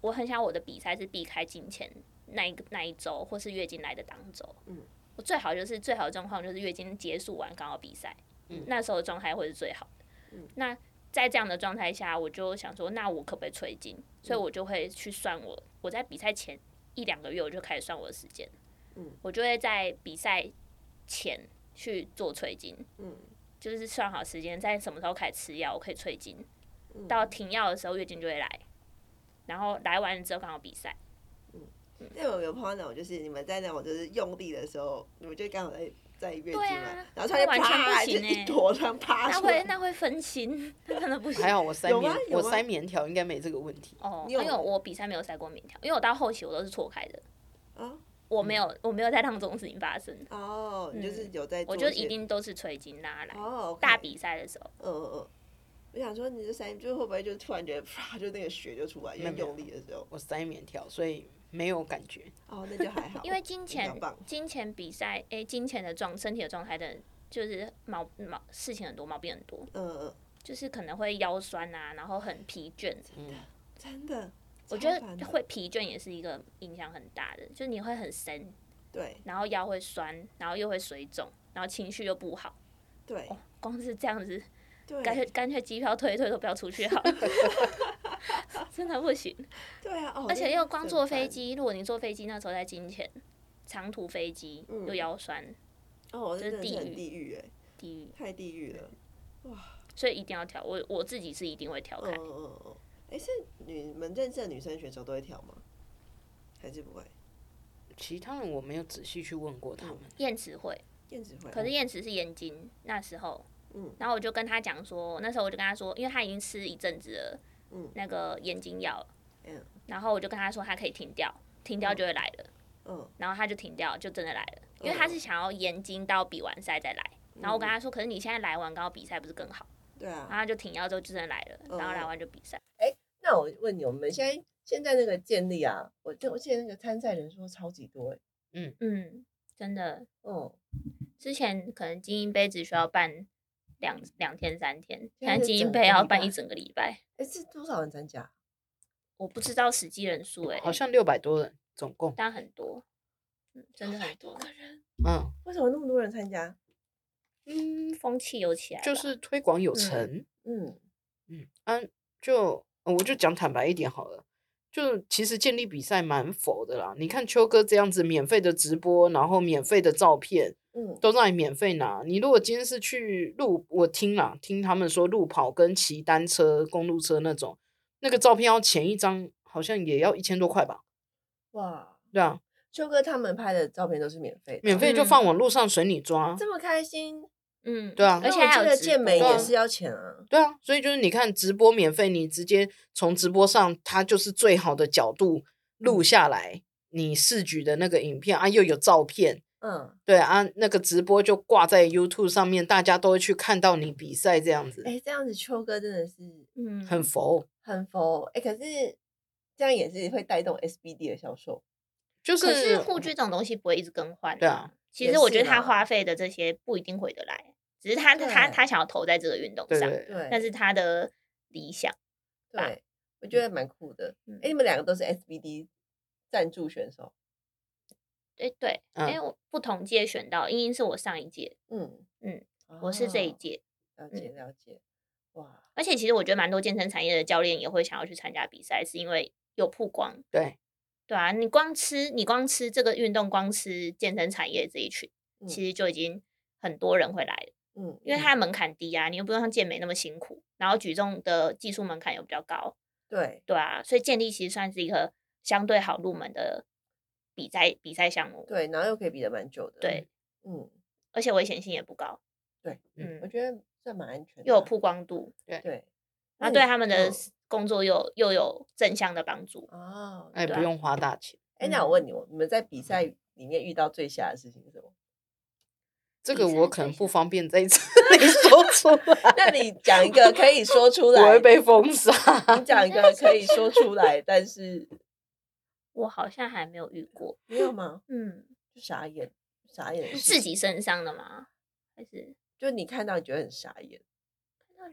Speaker 3: 我很想我的比赛是避开金钱那一个那一周，或是月经来的当周。
Speaker 2: 嗯，
Speaker 3: 我最好就是最好的状况就是月经结束完刚好比赛，
Speaker 4: 嗯
Speaker 3: 那时候的状态会是最好的。
Speaker 2: 嗯
Speaker 3: 那在这样的状态下，我就想说，那我可不可以催经？所
Speaker 2: 嗯
Speaker 3: 以我就会去算我我在比赛前一两个月我就开始算我的时间，
Speaker 2: 嗯，
Speaker 3: 我就会在比赛前去做催经，
Speaker 2: 嗯
Speaker 3: 就是算好时间，在什么时候开始吃药，我可以催经，
Speaker 2: 嗯，
Speaker 3: 到停药的时候月经就会来，然后来完之后刚好比赛，
Speaker 2: 那我有碰到那种，就是你们在那种就是用力的时候，你们就刚好在在月经
Speaker 3: 对
Speaker 2: 来，
Speaker 3: 啊
Speaker 2: 然后突然
Speaker 3: 那完
Speaker 2: 间
Speaker 3: 全不
Speaker 2: 啪，就
Speaker 3: 行
Speaker 2: 一
Speaker 3: 欸
Speaker 2: 坨这样啪
Speaker 3: 那
Speaker 2: 出
Speaker 3: 会
Speaker 2: 来。
Speaker 3: 那会分心， 那真的不行
Speaker 4: 还。好我塞
Speaker 2: 有
Speaker 4: 棉
Speaker 2: 吗，有
Speaker 4: 我
Speaker 2: 吗
Speaker 4: 塞棉条应该没这个问题。
Speaker 3: 哦，
Speaker 2: 你
Speaker 3: 因
Speaker 2: 有
Speaker 3: 为我比赛没有塞过棉条，因为我到后期我都是错开的，
Speaker 2: 啊
Speaker 3: 我没有我没有在让这种事情发生，
Speaker 2: 哦，你就是有在做
Speaker 3: 嗯我
Speaker 2: 些，
Speaker 3: 就一定都是催经拉来。
Speaker 2: 哦，OK
Speaker 3: 大，比赛的时候，
Speaker 2: 嗯嗯嗯。我想说，你这三就会不会就突然觉得啪，就那个血就出来，因为
Speaker 4: 没有
Speaker 2: 用力的时候。
Speaker 4: 我塞棉条，所以没有感觉。
Speaker 2: 哦，那就还好。
Speaker 3: 因为金
Speaker 2: 比
Speaker 3: 钱
Speaker 2: 较棒
Speaker 3: 金钱比赛，诶、金钱的状身体的状态的，就是毛毛事情很多，毛病很多，
Speaker 2: 嗯嗯，
Speaker 3: 就是可能会腰酸啊，然后很疲倦，
Speaker 2: 真的，
Speaker 3: 我觉
Speaker 2: 超
Speaker 3: 得
Speaker 2: 烦的
Speaker 3: 会疲倦也是一个影响很大的，就是你会很神，
Speaker 2: 对
Speaker 3: 然后腰会酸，然后又会水肿，然后情绪又不好。
Speaker 2: 对
Speaker 3: 哦，光是这样子，
Speaker 2: 对，
Speaker 3: 干脆干脆机票退一退都不要出去好了 真的不行。
Speaker 2: 对啊，哦，
Speaker 3: 而且
Speaker 2: 那
Speaker 3: 又光坐
Speaker 2: 很烦
Speaker 3: 飞，机，如果你坐飞机那时候在金钱，长途飞机
Speaker 2: 嗯
Speaker 3: 又腰酸，
Speaker 2: 哦，真
Speaker 3: 这
Speaker 2: 的
Speaker 3: 是
Speaker 2: 是
Speaker 3: 地
Speaker 2: 很
Speaker 3: 狱
Speaker 2: 地狱哎，
Speaker 3: 地狱，
Speaker 2: 太地狱了。
Speaker 3: 所以一定要调。我我自己是一定会调
Speaker 2: 嗯
Speaker 3: 开，
Speaker 2: 嗯嗯嗯，哎，是你们认识的女生选手都会跳吗？还是不会？
Speaker 4: 其他人我没有仔细去问过他们，
Speaker 3: 燕池会。
Speaker 2: 燕子会。啊
Speaker 3: 可是燕池是眼睛那时候，
Speaker 2: 嗯
Speaker 3: 然后我就跟他讲说，那时候我就跟他说，因为他已经吃一阵子了，
Speaker 2: 嗯
Speaker 3: 那个眼睛药了，
Speaker 2: 嗯
Speaker 3: 然后我就跟他说他可以停掉，停掉就会来了，
Speaker 2: 嗯
Speaker 3: 然后他就停掉，就真的来了，因为他是想要眼睛到比完赛再来，然后我跟他说，可是你现在来完刚好比赛不是更好，
Speaker 2: 对
Speaker 3: 然后
Speaker 2: 嗯啊。
Speaker 3: 他就停药之后就真的来了，
Speaker 2: 嗯
Speaker 3: 然后来完就比赛，
Speaker 2: 那我问你，我们现在现在那个建立啊，我就我记得那个参赛人数超级多哎，
Speaker 3: 嗯，真的，
Speaker 2: 嗯，
Speaker 3: 之前可能精英杯只需要办两两天三天，
Speaker 2: 现在
Speaker 3: 但
Speaker 2: 是
Speaker 3: 精英
Speaker 2: 整
Speaker 3: 杯
Speaker 2: 个
Speaker 3: 要
Speaker 2: 礼
Speaker 3: 办
Speaker 2: 拜
Speaker 3: 一整个礼拜，
Speaker 2: 哎是多少人参加？
Speaker 3: 我不知道实际人
Speaker 2: 嗯
Speaker 3: 数哎、
Speaker 4: 好像六百多人总共。
Speaker 3: 但很多，嗯，真的很
Speaker 2: 多
Speaker 3: 多。
Speaker 2: 个人，
Speaker 4: 嗯
Speaker 2: 为什么那么多人参加？
Speaker 3: 嗯，风气有起来吧，
Speaker 4: 就是推广有成。
Speaker 2: 嗯
Speaker 4: 嗯嗯、啊就呃我就讲坦白一点好了。就其实建立比赛蛮佛的啦，你看秋哥这样子免费的直播，然后免费的照片，
Speaker 2: 嗯
Speaker 4: 都让你免费拿。你如果今天是去路，我听啦，听他们说路跑跟骑单车、公路车那种，那个照片要前一张好像也要一千多块吧？
Speaker 2: 哇，
Speaker 4: 对啊，
Speaker 2: 秋哥他们拍的照片都是免费的，
Speaker 4: 免费就
Speaker 3: 嗯
Speaker 4: 放网络上随你抓。
Speaker 2: 这么开心，
Speaker 3: 嗯，
Speaker 4: 对啊
Speaker 2: 那
Speaker 3: 而且
Speaker 2: 我
Speaker 3: 还
Speaker 2: 记
Speaker 3: 有
Speaker 2: 得
Speaker 3: 直
Speaker 2: 健美
Speaker 3: 播
Speaker 2: 也
Speaker 4: 啊
Speaker 2: 是要钱啊，
Speaker 4: 对啊，所以就是你看直播免费，你直接从直播上，它就是最好的角度录下来你试举的那个影片啊，又有照片，
Speaker 2: 嗯，
Speaker 4: 对啊，那个直播就挂在 YouTube 上面，大家都会去看到你比赛这样子，
Speaker 2: 哎，这样子秋哥真的是
Speaker 3: 嗯，
Speaker 4: 很佛。
Speaker 2: 很佛，哎，可是这样也是会带动 SBD 的销售，
Speaker 4: 就
Speaker 3: 可是
Speaker 4: 是
Speaker 3: 护具这种东西不会一直更换、
Speaker 4: 对啊，
Speaker 3: 其
Speaker 2: 也
Speaker 3: 实我
Speaker 2: 是
Speaker 3: 觉得他
Speaker 2: 啦
Speaker 3: 花费的这些不一定回得来，只是他他
Speaker 2: 对
Speaker 3: 他想要投在这个运动
Speaker 4: 对
Speaker 3: 上，
Speaker 4: 对对，
Speaker 2: 对，
Speaker 3: 那是他的理想。吧
Speaker 2: 对，我觉得蛮酷的。哎、
Speaker 3: 嗯
Speaker 2: 你们两个都是 SBD 赞助选手，
Speaker 3: 对对，因
Speaker 4: 嗯
Speaker 3: 为我不同届选到，英英是我上一届，
Speaker 2: 嗯
Speaker 3: 嗯，我是这一
Speaker 2: 哦
Speaker 3: 届。嗯
Speaker 2: 了解了解，哇，
Speaker 3: 而且其实我觉得蛮多健身产业的教练也会想要去参加比赛，是因为有曝光，
Speaker 4: 对，
Speaker 3: 对啊，你光吃你光吃这个运动，光吃健身产业这一群，
Speaker 2: 嗯
Speaker 3: 其实就已经很多人会来了，
Speaker 2: 嗯，
Speaker 3: 因为
Speaker 2: 嗯
Speaker 3: 它的门槛低啊，你又不用像健美那么辛苦，然后举重的技术门槛又比较高，
Speaker 2: 对
Speaker 3: 对啊，所以健力其实算是一个相对好入门的比赛比赛项目，
Speaker 2: 对，然后又可以比得蛮久的，
Speaker 3: 对，
Speaker 2: 嗯，
Speaker 3: 而且危险性也不高，
Speaker 2: 对，
Speaker 3: 嗯
Speaker 2: 我，觉得算蛮安全的啊，
Speaker 3: 又有曝光度，
Speaker 2: 对，
Speaker 3: 然
Speaker 2: 那
Speaker 3: 后对
Speaker 2: 你
Speaker 3: 他们的
Speaker 2: 嗯
Speaker 3: 工作又又有正向的帮助。
Speaker 2: 哦，
Speaker 4: 哎，嗯
Speaker 2: 哎、
Speaker 4: 不用花大钱，
Speaker 2: 那我
Speaker 3: 嗯
Speaker 2: 问你，我你们在比赛里面遇到最瞎的事情是什么？
Speaker 4: 这
Speaker 3: 比
Speaker 4: 个
Speaker 3: 赛
Speaker 4: 我可
Speaker 3: 最
Speaker 4: 能
Speaker 3: 佳
Speaker 4: 不方便在这里 说出来，
Speaker 2: 那你讲一个可以说出
Speaker 4: 我
Speaker 2: 来
Speaker 4: 会，被封杀。
Speaker 2: 你讲一个可以说出来，但是
Speaker 3: 我好像还没有遇过。
Speaker 2: 没有吗？
Speaker 3: 嗯，
Speaker 2: 就傻眼，傻眼的事
Speaker 3: 自
Speaker 2: 情，
Speaker 3: 己身上的吗？还是
Speaker 2: 就你看到你觉得很傻眼。
Speaker 3: 哦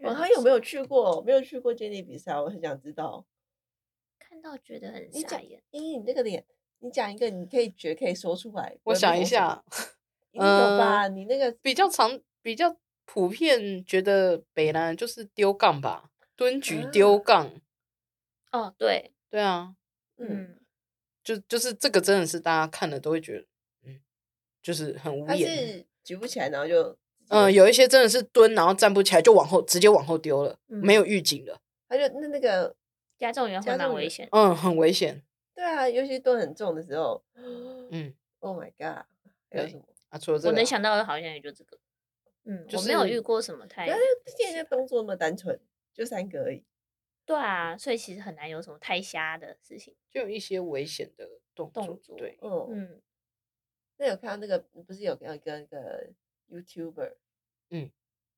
Speaker 2: 我还有没有去过？没有去过接力比赛，我很想知道。
Speaker 3: 看到觉得很
Speaker 2: 你
Speaker 3: 傻
Speaker 2: 讲
Speaker 3: 眼？
Speaker 2: 茵茵，你那个脸，你讲一个，你可以觉得可以说出来。不
Speaker 4: 我
Speaker 2: 会被
Speaker 4: 想一
Speaker 2: 封杀
Speaker 4: 下，，
Speaker 2: 你有吧？你那个
Speaker 4: 呃比较常、比较普遍觉得北南人就是丢杠吧，蹲举丢杠，
Speaker 3: 哦，对，
Speaker 4: 对啊，
Speaker 2: 嗯，
Speaker 3: 嗯，
Speaker 4: 就就是这个真的是大家看了都会觉得，嗯，就是很无
Speaker 2: 他
Speaker 4: 言。
Speaker 2: 是举不起来，然后就
Speaker 4: 嗯，有一些真的是蹲，然后站不起来就往后直接往后丢了，
Speaker 3: 嗯
Speaker 4: 没有预警的，
Speaker 2: 他就那那个
Speaker 3: 加重也会
Speaker 2: 加
Speaker 3: 蛮
Speaker 2: 重
Speaker 3: 危
Speaker 2: 员
Speaker 3: 险的。
Speaker 4: 嗯，很危险。
Speaker 2: 对啊，尤其蹲很重的时候，
Speaker 4: 嗯
Speaker 2: Oh my god！还有
Speaker 4: 对
Speaker 2: 什么？
Speaker 4: 啊，除了这
Speaker 3: 我
Speaker 4: 个
Speaker 3: 能
Speaker 4: 啊，
Speaker 3: 想到的好像也就这个。嗯，
Speaker 4: 就
Speaker 3: 我没有遇
Speaker 4: 是
Speaker 3: 过什么太
Speaker 2: 然后就毕竟人家动作那么单纯，就三个而已。
Speaker 3: 对啊，所以其实很难有什么太瞎的事情。
Speaker 4: 就有一些危险的动
Speaker 3: 动
Speaker 4: 作，
Speaker 3: 作
Speaker 4: 对，
Speaker 2: 嗯，
Speaker 3: 嗯，
Speaker 2: 那有看到那个不是有有一个那个 YouTuber，
Speaker 4: 嗯，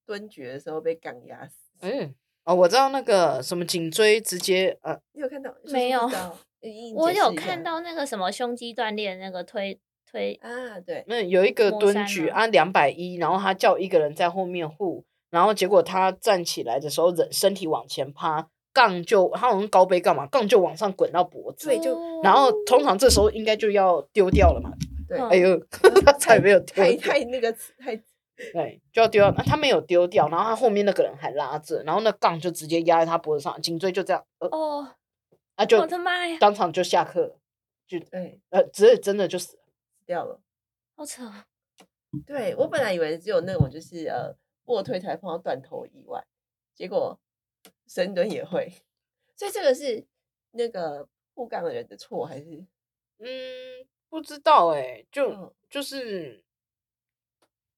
Speaker 2: 蹲举的时候被杠压死，
Speaker 4: 嗯，哦，我知道那个什么颈椎直接呃，
Speaker 2: 你有看到？就是
Speaker 3: 没
Speaker 2: 不
Speaker 3: 有
Speaker 2: 知道茵茵
Speaker 3: 我
Speaker 2: 解
Speaker 3: 有
Speaker 2: 释一
Speaker 3: 看
Speaker 2: 下
Speaker 3: 到那个什么胸肌锻炼那个推推，
Speaker 2: 啊，对，
Speaker 4: 那有一个
Speaker 3: 摩
Speaker 4: 蹲
Speaker 3: 山
Speaker 4: 举
Speaker 3: 吗
Speaker 4: 啊，两百一，然后他叫一个人在后面护，然后结果他站起来的时候，人身体往前趴，杠就他好像高杯杠嘛，杠就往上滚到脖子
Speaker 2: 对，就
Speaker 4: 然后
Speaker 3: 哦
Speaker 4: 通常这时候应该就要丢掉了嘛，
Speaker 2: 对，
Speaker 3: 嗯
Speaker 4: 哎呦，他才没有丢
Speaker 2: 太
Speaker 4: 掉，
Speaker 2: 太那个词太
Speaker 4: 对，就要丢掉，那他没有丢掉，然后他后面那个人还拉着，然后那杠就直接压在他脖子上，颈椎就这样，呃，
Speaker 3: 哦，
Speaker 4: 啊就
Speaker 3: 我的妈呀，
Speaker 4: 当场就下课了，就
Speaker 2: 对
Speaker 4: 呃，只是真的就死了，
Speaker 2: 哎掉了。
Speaker 3: 好扯哦。
Speaker 2: 对我本来以为只有那种就是呃卧推才碰到断头意外，结果深蹲也会， 所以这个是那个护杠的人的错还是？
Speaker 4: 嗯，不知道哎、就。
Speaker 2: 嗯
Speaker 4: 就是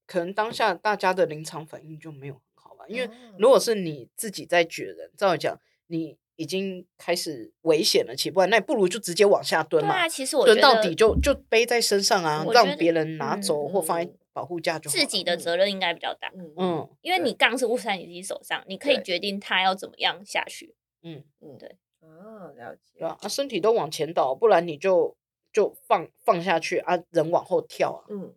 Speaker 4: 可能当下大家的临场反应就没有很好吧，因为
Speaker 2: 哦
Speaker 4: 如果是你自己在举的人，照理讲你已经开始危险了，起不来，那你不如就直接往下蹲
Speaker 3: 对
Speaker 4: 嘛，
Speaker 3: 啊，其实我
Speaker 4: 蹲
Speaker 3: 觉
Speaker 4: 到
Speaker 3: 得
Speaker 4: 底就就背在身上啊，
Speaker 3: 我觉
Speaker 4: 让
Speaker 3: 得
Speaker 4: 别人拿走
Speaker 2: 嗯
Speaker 4: 或放在
Speaker 2: 嗯
Speaker 4: 保护架就好
Speaker 3: 自
Speaker 4: 了
Speaker 3: 己的
Speaker 2: 嗯
Speaker 3: 责任应该比较大，
Speaker 2: 嗯
Speaker 4: 嗯
Speaker 3: 因为
Speaker 2: 对
Speaker 3: 你杠是握在你自己手上，你可以
Speaker 2: 对
Speaker 3: 决定他要怎么样下去。
Speaker 4: 嗯，
Speaker 2: 嗯
Speaker 3: 对
Speaker 2: 啊，了解
Speaker 4: 对啊，啊身体都往前倒，不然你就就放放下去啊，人往后跳啊，
Speaker 2: 嗯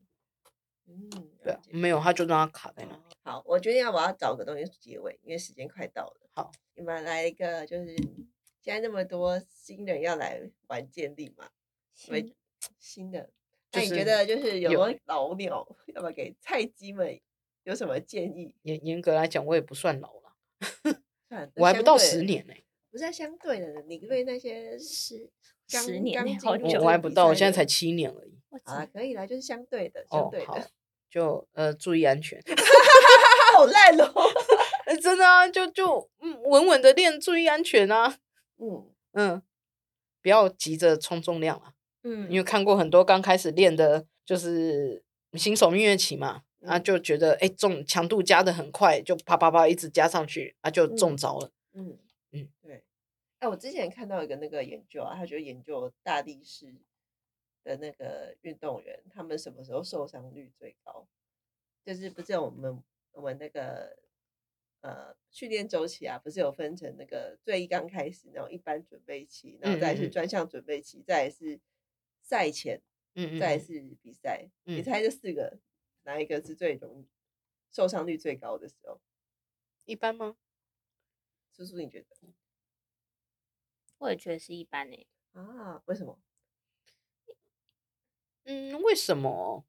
Speaker 2: 嗯，
Speaker 4: 对
Speaker 2: 了
Speaker 4: 啊，
Speaker 2: 解
Speaker 4: 没有他就让他卡在那
Speaker 3: 嗯
Speaker 4: 里，
Speaker 2: 好，我决定要我要找个东西结尾，因为时间快到了。
Speaker 4: 好，
Speaker 2: 你们来一个，就是现在那么多新人要来玩健力嘛，所以
Speaker 3: 新
Speaker 2: 新的，那
Speaker 4: 就
Speaker 2: 你
Speaker 4: 是
Speaker 2: 觉得就是有
Speaker 4: 有
Speaker 2: 没有老鸟， 要不要给菜鸡们有什么建议？
Speaker 4: 严严格来讲，我也不算老了，
Speaker 2: 算了
Speaker 4: 我还不到，
Speaker 2: 这
Speaker 4: 十
Speaker 2: 相对的
Speaker 4: 年呢、嗯
Speaker 2: 不是啊相对的，你对那些十
Speaker 3: 十年欸好久
Speaker 4: 我我还不到，我现在才七年而已。
Speaker 3: 我只
Speaker 2: 啊，可以啦，就是相对的，相
Speaker 4: 哦
Speaker 2: 对，的，
Speaker 4: 好， 就呃注意安全。
Speaker 2: 好烂哦。
Speaker 4: 呃真的啊，就就嗯稳稳的练，注意安全啊。
Speaker 2: 嗯，
Speaker 4: 嗯，不要急着冲重量啊，
Speaker 3: 嗯
Speaker 4: 因为看过很多刚开始练的，就是新手蜜月期嘛，啊
Speaker 2: 嗯
Speaker 4: 就觉得哎重强度加的很快，就啪啪啪一直加上去，啊就中
Speaker 2: 嗯
Speaker 4: 招了。
Speaker 2: 嗯
Speaker 4: 嗯，
Speaker 2: 对。哎、我之前看到一个那个研究啊，他就研究大力士的那个运动员，他们什么时候受伤率最高？就是不是我们我们那个呃训练周期啊，不是有分成那个最刚开始那种一般准备期，然后再来
Speaker 4: 嗯
Speaker 2: 是
Speaker 4: 嗯嗯
Speaker 2: 专项准备期，再来是赛前，
Speaker 4: 嗯嗯
Speaker 2: 再来
Speaker 4: 嗯
Speaker 2: 是比赛。你
Speaker 4: 嗯
Speaker 2: 猜这四个哪一个是最容易受伤率最高的时候？
Speaker 4: 一般吗？
Speaker 2: 叔叔，你觉得
Speaker 3: 我也觉得是一般欸诶、
Speaker 2: 啊？为什么？
Speaker 4: 嗯，为什么？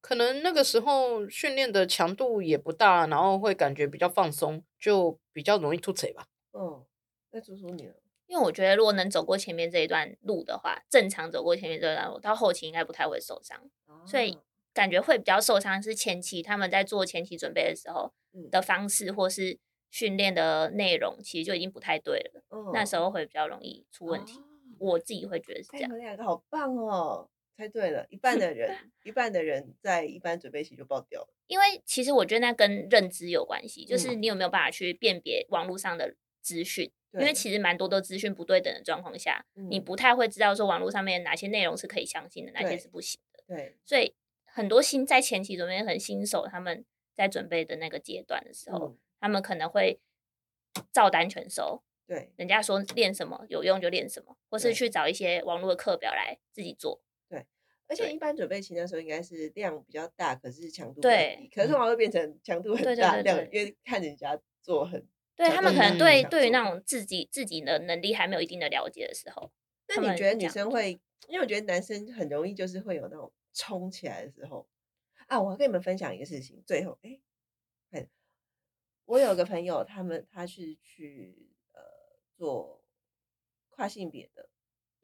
Speaker 4: 可能那个时候训练的强度也不大，然后会感觉比较放松，就比较容易吐嘴吧。
Speaker 2: 哦，那叔叔你呢？
Speaker 3: 因为我觉得如果能走过前面这一段路的话，正常走过前面这一段路，到后期应该不太会受伤。所以
Speaker 2: 啊
Speaker 3: 感觉会比较受伤是前期他们在做前期准备的时候
Speaker 2: 嗯
Speaker 3: 的方式，或是训练的内容，其实就已经不太对了。那时
Speaker 2: 哦
Speaker 3: 候会比较容易出问题。我自己会觉得是
Speaker 2: 哎，
Speaker 3: 这
Speaker 2: 你
Speaker 3: 样。
Speaker 2: 们两个好棒哦！猜对了，一半的人，一半的人在一般准备期就爆掉了。
Speaker 3: 因为其实我觉得那跟认知有关系，就是
Speaker 2: 嗯
Speaker 3: 你有没有办法去辨别网络上的资讯。因
Speaker 2: 对
Speaker 3: 为其实蛮多的资讯不对等的状况下，你
Speaker 2: 嗯
Speaker 3: 不太会知道说网络上面哪些内容是可以相信的，哪些
Speaker 2: 对
Speaker 3: 是不行的。
Speaker 2: 对，
Speaker 3: 所以很多新在前期准备很新手，他们在准备的那个阶段的时候，
Speaker 2: 嗯
Speaker 3: 他们可能会照单全收，
Speaker 2: 对
Speaker 3: 人家说练什么有用就练什么，或是
Speaker 2: 对
Speaker 3: 去找一些网络的课表来自己做。
Speaker 2: 而且
Speaker 3: 对
Speaker 2: 一般准备期那时候应该是量比较大，可是强度比较
Speaker 3: 对嗯
Speaker 2: 低可是通常会变成强度很
Speaker 3: 对对
Speaker 2: 大
Speaker 3: 对
Speaker 2: 量，
Speaker 3: 对
Speaker 2: 因为看人家做很。
Speaker 3: 对
Speaker 2: 找到
Speaker 3: 他们可
Speaker 4: 你
Speaker 3: 能
Speaker 4: 自己
Speaker 2: 想
Speaker 3: 对对
Speaker 2: 做
Speaker 3: 于那种自己自己的能力还没有一定的了解的时候，
Speaker 2: 那
Speaker 3: 他
Speaker 2: 你
Speaker 3: 们
Speaker 2: 觉得
Speaker 3: 这
Speaker 2: 女
Speaker 3: 样
Speaker 2: 生会？因为我觉得男生很容易就是会有那种冲起来的时候啊。我要跟你们分享一个事情，最后哎，哎我有个朋友，他们他是去呃做跨性别的，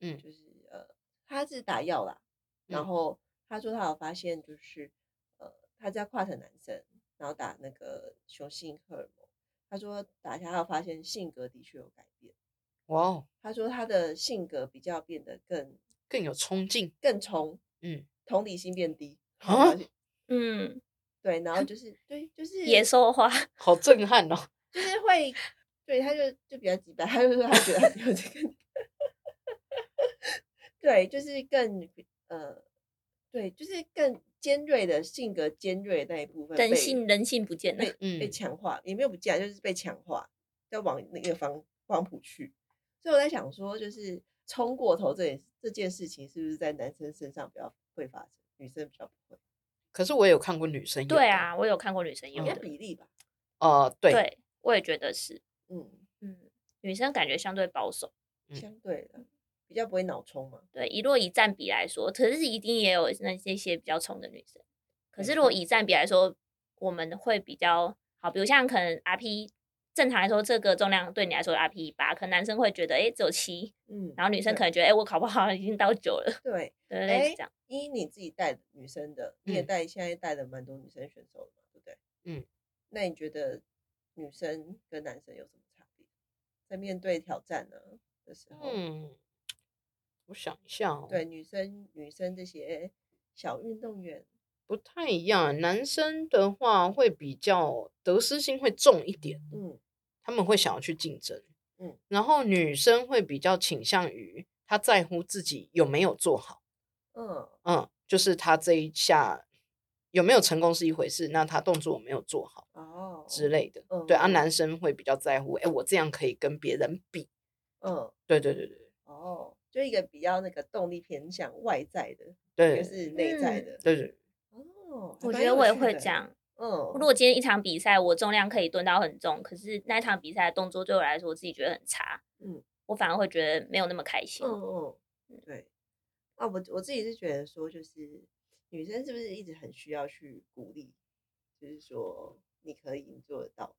Speaker 4: 嗯
Speaker 2: 就是呃他是打药啦，然
Speaker 4: 嗯
Speaker 2: 后他说他有发现就是呃他在跨成男生，然后打那个雄性荷尔蒙，他说打下他有发现性格的确有改变。
Speaker 4: 哇哦，
Speaker 2: 他说他的性格比较变得更
Speaker 4: 更有冲劲，
Speaker 2: 更冲，
Speaker 4: 嗯，
Speaker 2: 同理心变低，
Speaker 4: 啊
Speaker 3: 嗯，
Speaker 2: 对，然后就是对，就是
Speaker 3: 野兽化，
Speaker 4: 好震撼哦！
Speaker 2: 就是会，对，他就就比较直白，他就说他觉得他有这个， 对，就是更呃，对，就是更尖锐的性格尖锐的那一部分被，
Speaker 3: 人性人性不见了
Speaker 2: 被。被
Speaker 4: 嗯
Speaker 2: 强化，也没有不见，啊就是被强化，要往那个方方谱去。所以我在想说，就是冲过头这件这件事情，是不是在男生身上比较会发生，女生比较不会？
Speaker 4: 可是我有看过女生 有
Speaker 3: 对
Speaker 4: 的，
Speaker 3: 啊，我有看过女生
Speaker 2: 应
Speaker 3: 用
Speaker 2: 该
Speaker 3: 的，
Speaker 2: 哦比例吧？
Speaker 4: 呃，对，
Speaker 3: 对我也觉得是，
Speaker 2: 嗯，
Speaker 3: 嗯，女生感觉相对保守。
Speaker 4: 嗯
Speaker 2: 相对的，比较不会脑冲嘛。
Speaker 3: 对，以若以占比来说，可是一定也有那那些比较冲的女生。可
Speaker 2: 没
Speaker 3: 是如果
Speaker 2: 错
Speaker 3: 以占比来说，我们会比较好，比如像可能 RP 正常来说，这个重量对你来说 RP 八，可能男生会觉得哎、诶只有七，
Speaker 2: 嗯，
Speaker 3: 然后女生
Speaker 2: 对
Speaker 3: 可能觉得哎、诶我考不好已经到九了，
Speaker 2: 对，
Speaker 3: 对类
Speaker 2: 哎
Speaker 3: 似这样。，
Speaker 2: 依你自己带女生的，你也
Speaker 4: 嗯
Speaker 2: 带现在带了蛮多女生选手的嘛，对不对？
Speaker 4: 嗯，
Speaker 2: 那你觉得女生跟男生有什么差别？在面对挑战呢的时候，
Speaker 4: 嗯，我想一下、哦，
Speaker 2: 对，女生女生这些小运动员，
Speaker 4: 不太一样。男生的话会比较得失心会重一点，
Speaker 2: 嗯
Speaker 4: 他们会想要去竞争，
Speaker 2: 嗯，
Speaker 4: 然后女生会比较倾向于她在乎自己有没有做好，
Speaker 2: 嗯
Speaker 4: 嗯，就是她这一下有没有成功是一回事，那她动作没有做好
Speaker 2: 哦
Speaker 4: 之，类的，对啊，
Speaker 2: 嗯
Speaker 4: 男生会比较在乎，哎、我这样可以跟别人比，
Speaker 2: 嗯
Speaker 4: 对对对对
Speaker 2: 哦，就一个比较那个动力偏向外在的，一
Speaker 4: 对
Speaker 2: 个是内在
Speaker 3: 嗯
Speaker 2: 的。
Speaker 4: 对对，
Speaker 2: 哦，还蛮
Speaker 3: 我觉得
Speaker 2: 有
Speaker 3: 我也
Speaker 2: 趣
Speaker 3: 会
Speaker 2: 的
Speaker 3: 这。样。
Speaker 2: 嗯，
Speaker 3: 如果今天一场比赛，我重量可以蹲到很重，可是那一场比赛的动作对我来说，我自己觉得很差，
Speaker 2: 嗯，
Speaker 3: 我反而会觉得没有那么开心。
Speaker 2: 嗯嗯，对。啊，我我自己是觉得说，就是女生是不是一直很需要去鼓励，就是说你可以，你做得到。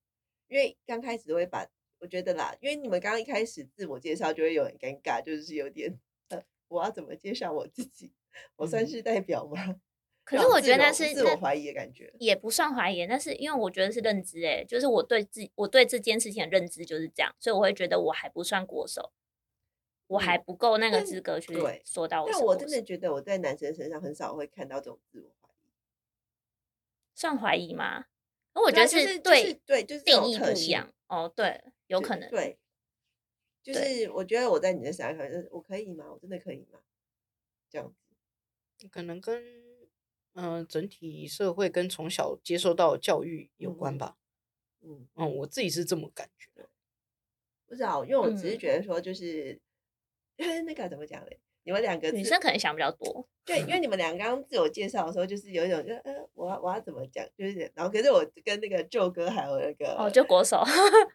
Speaker 2: 因为刚开始都会把，我觉得啦，因为你们刚刚一开始自我介绍就会有很尴尬，就是有点， 呃，我要怎么介绍我自己？我算
Speaker 4: 嗯
Speaker 2: 是代表吗？
Speaker 3: 可
Speaker 2: 那
Speaker 3: 是
Speaker 2: 种
Speaker 3: 我
Speaker 2: 自
Speaker 3: 觉得那
Speaker 2: 我
Speaker 3: 是
Speaker 2: 自
Speaker 3: 那
Speaker 2: 我怀疑的感觉
Speaker 3: 也不算怀疑，但是因为我觉得是认知、欸，就是我对自我对这件事情的认知就是这样，所以我会觉得我还不算国手，我还
Speaker 2: 嗯
Speaker 3: 不够那个
Speaker 2: 但
Speaker 3: 资格去
Speaker 2: 对
Speaker 3: 说到我是
Speaker 2: 但
Speaker 3: 国
Speaker 2: 我
Speaker 3: 手。
Speaker 2: 真的觉得我在男生身上很少会看到这种自我怀疑。
Speaker 3: 算怀疑吗？我觉
Speaker 2: 对啊
Speaker 3: 得
Speaker 2: 就是就是
Speaker 3: 对
Speaker 2: 对就是这
Speaker 3: 定
Speaker 2: 种
Speaker 3: 义
Speaker 2: 特
Speaker 3: 不一
Speaker 2: 性
Speaker 3: 样哦，对，有
Speaker 2: 就
Speaker 3: 可能
Speaker 2: 对，就
Speaker 3: 对
Speaker 2: 是我觉得我在你的想法，就是我可以吗？我真的可以吗？这样子，
Speaker 4: 可能跟嗯、呃整体社会跟从小接受到的教育有
Speaker 2: 嗯
Speaker 4: 关吧。
Speaker 2: 嗯，
Speaker 4: 嗯，我自己是这么感觉的。
Speaker 2: 不知道，因为我只是
Speaker 3: 嗯
Speaker 2: 觉得说，就是、 那个怎么讲嘞？你们两个
Speaker 3: 女
Speaker 2: 自
Speaker 3: 生可能想比较多，
Speaker 2: 对，因为你们俩刚刚自我介绍的时候，就是有一种就呃，我要我要怎么讲，就是然后可是我跟那个舅哥还有那个
Speaker 3: 哦，就国手，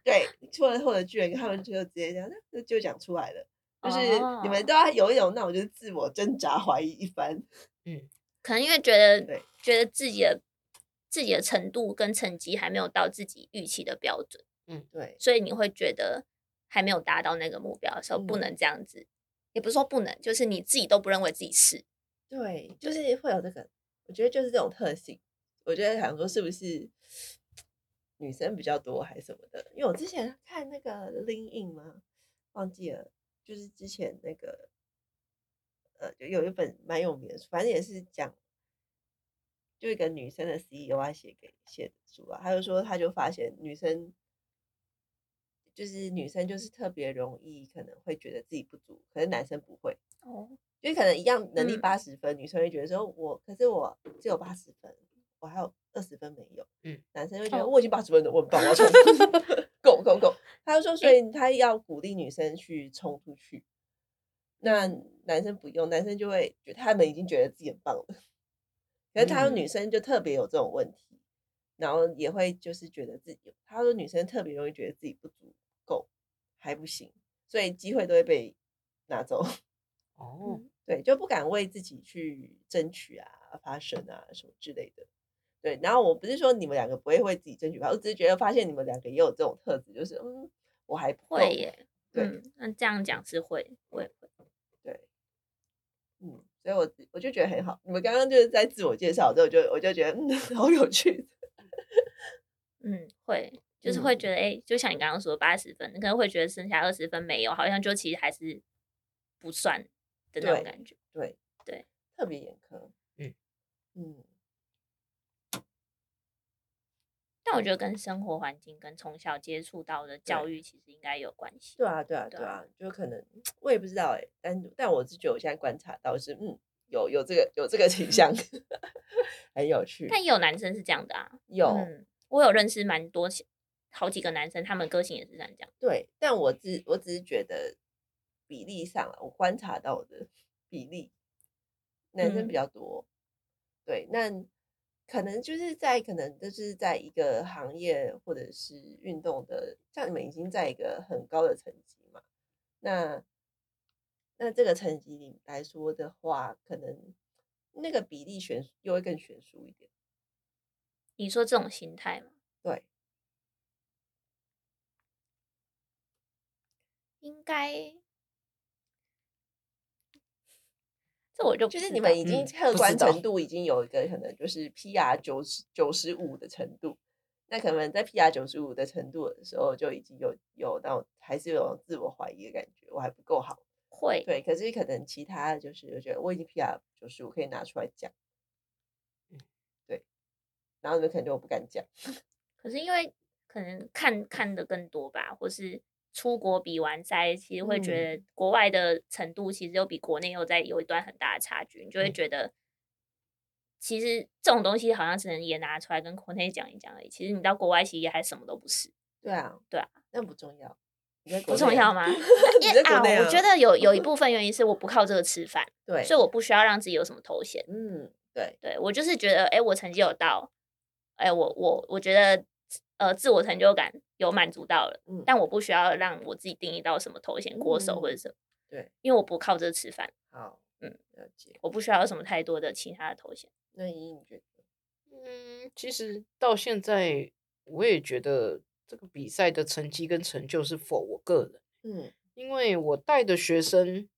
Speaker 2: 对，或者或者巨人他们就直接讲，那就讲出来了。就是你们
Speaker 3: 哦
Speaker 2: 都要有一种那种就是自我挣扎怀疑一番，
Speaker 3: 可能因为觉得
Speaker 2: 对
Speaker 3: 觉得自己的自己的程度跟成绩还没有到自己预期的标准。
Speaker 2: 对，
Speaker 3: 所以你会觉得还没有达到那个目标的时候，不
Speaker 2: 嗯
Speaker 3: 能这样子，也不是说不能，就是你自己都不认为自己是，
Speaker 2: 对，就是会有这个，我觉得就是这种特性。我觉得想说是不是女生比较多还是什么的？因为我之前看那个 l i n i n 嘛，忘记了，就是之前那个呃，就有一本蛮有名的书，反正也是讲就一个女生的 CEO 啊写给写的书啊，他就说他就发现女生。就是女生就是特别容易可能会觉得自己不足，可是男生不会，
Speaker 3: 哦，
Speaker 2: 因为可能一样能力
Speaker 3: 嗯
Speaker 2: 八十分，女生会觉得说我可是我只有八十分，我还有二十分没有。
Speaker 4: 嗯，
Speaker 2: 男生会觉得
Speaker 3: 哦
Speaker 2: 我已经八十分了，我很棒，我要冲， 够够够。他就说，所以他要鼓励女生去冲出去。那男生不用，男生就会觉得他们已经觉得自己很棒了。可是他说
Speaker 4: 嗯
Speaker 2: 女生就特别有这种问题，然后也会就是觉得自己，他说女生特别容易觉得自己不足够，还不行，所以机会都会被拿走。
Speaker 4: 哦，
Speaker 2: 对，就不敢为自己去争取啊、发声啊什么之类的。对，然后我不是说你们两个不会为自己争取吧，我只是觉得发现你们两个也有这种特质，就是嗯，我还不够
Speaker 3: 会耶，
Speaker 2: 对
Speaker 3: 嗯，那这样讲是会，我也会，
Speaker 2: 对，嗯，所以我自我就觉得很好。你们刚刚就是在自我介绍之后，我就我就觉得嗯， 好有趣。
Speaker 3: 嗯，会，就是会
Speaker 2: 嗯
Speaker 3: 觉得，哎、就像你刚刚说八十分，可能会觉得剩下二十分没有，好像就其实还是不算的那
Speaker 2: 对
Speaker 3: 种感觉。
Speaker 2: 对
Speaker 3: 对，
Speaker 2: 特别严苛。
Speaker 4: 嗯
Speaker 2: 嗯，
Speaker 3: 但我觉得跟生活环境、跟从小接触到的教育其实应该有关系。
Speaker 2: 对啊，对啊，
Speaker 3: 对
Speaker 2: 对啊，就可能我也不知道哎、但但我是觉得我现在观察到是嗯，有有这个有这个倾 向， 很有趣。
Speaker 3: 但也有男生是这样的啊，
Speaker 2: 有、
Speaker 3: 嗯，我有认识蛮多好几个男生，他们个性也是这样讲。
Speaker 2: 对，但我只我只是觉得比例上啊，我观察到的比例，男生比
Speaker 3: 嗯
Speaker 2: 较多。对，那可能就是在可能就是在一个行业或者是运动的，像你们已经在一个很高的层级嘛，那那这个层级里来说的话，可能那个比例悬殊又会更悬殊一点。
Speaker 3: 你说这种心态吗？
Speaker 2: 对，
Speaker 3: 应该，这我就不
Speaker 2: 就是
Speaker 3: 知
Speaker 2: 你们
Speaker 3: 道
Speaker 2: 已经
Speaker 4: 嗯
Speaker 2: 客
Speaker 4: 不
Speaker 2: 观
Speaker 4: 知道
Speaker 2: 程度已经有一个可能就是 PR 九十九十五的程度，那可能在 PR 九十五的程度的时候就已经有有那种还是有自我怀疑的感觉，我还不够好。
Speaker 3: 会
Speaker 2: 对，可是可能其他的就是我觉得我已经 PR 九十五可以拿出来讲，
Speaker 4: 嗯
Speaker 2: 对，然后你们可能就不敢讲，
Speaker 3: 可是因为可能看看的更多吧，或是出国比完赛，其实会觉
Speaker 2: 嗯
Speaker 3: 得国外的程度其实又比国内又在有一段很大的差距，你就会
Speaker 4: 嗯
Speaker 3: 觉得，其实这种东西好像只能也拿出来跟国内讲一讲而已。其实你到国外其实也还什么都不是，
Speaker 2: 对啊，
Speaker 3: 对啊，
Speaker 2: 那不重要，你在
Speaker 3: 不
Speaker 2: 国
Speaker 3: 重
Speaker 2: 内
Speaker 3: 要
Speaker 2: 啊
Speaker 3: 吗？
Speaker 2: 你在
Speaker 3: 因
Speaker 2: 国
Speaker 3: 啊，
Speaker 2: 内啊
Speaker 3: 我觉得有有一部分原因是我不靠这个吃饭，
Speaker 2: 对，
Speaker 3: 所以我不需要让自己有什么头衔。
Speaker 2: 嗯对
Speaker 3: 对我就是觉得，哎、我成绩有到，哎、我我我觉得，呃，自我成就感有满足到了，
Speaker 2: 嗯
Speaker 3: 但我不需要让我自己定义到什么头衔、国手或者
Speaker 2: 嗯
Speaker 3: 什么，
Speaker 2: 对，
Speaker 3: 因为我不靠这吃饭，
Speaker 2: 好，
Speaker 3: 嗯，
Speaker 2: 了解。
Speaker 3: 我不需要有什么太多的其他的头衔。
Speaker 2: 那依依你觉得？
Speaker 4: 嗯，其实到现在我也觉得这个比赛的成绩跟成就是否我个人，
Speaker 2: 嗯
Speaker 4: 因为我带的学生，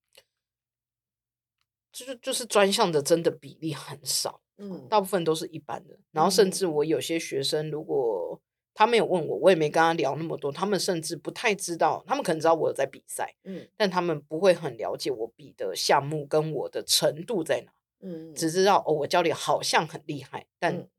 Speaker 4: 就是就是专项的真的比例很少。
Speaker 2: 嗯，
Speaker 4: 大部分都是一般的。然后甚至我有些学生，如果他没有问我，我也没跟他聊那么多，他们甚至不太知道，他们可能知道我有在比赛，
Speaker 2: 嗯
Speaker 4: 但他们不会很了解我比的项目跟我的程度在哪，
Speaker 2: 嗯，
Speaker 4: 只知道哦，我教练好像很厉害，但
Speaker 2: 嗯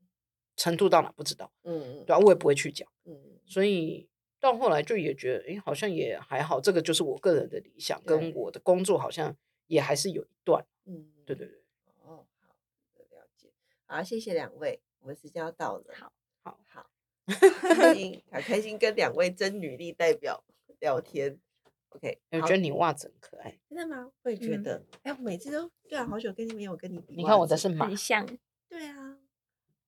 Speaker 4: 程度到哪不知道，
Speaker 2: 嗯嗯
Speaker 4: 对啊，我也不会去讲，
Speaker 2: 嗯
Speaker 4: 所以。到后来就也觉得，诶，好像也还好，这个就是我个人的理想，
Speaker 2: 对
Speaker 4: 跟我的工作好像也还是有一段，
Speaker 2: 嗯，
Speaker 4: 对对对。
Speaker 2: 哦，好的，了解。好，谢谢两位，我们时间要到了。
Speaker 3: 好，
Speaker 4: 好，
Speaker 2: 好，好 开心，好开心跟两位真女力代 表聊天。OK，
Speaker 4: 哎我
Speaker 2: 好
Speaker 4: 觉得你袜子很可爱，
Speaker 2: 真的吗？我也觉
Speaker 3: 嗯
Speaker 2: 得，哎、我每次都对啊，好久跟你没有跟你比。
Speaker 4: 你看我的是，马
Speaker 3: 很，像
Speaker 2: 对啊，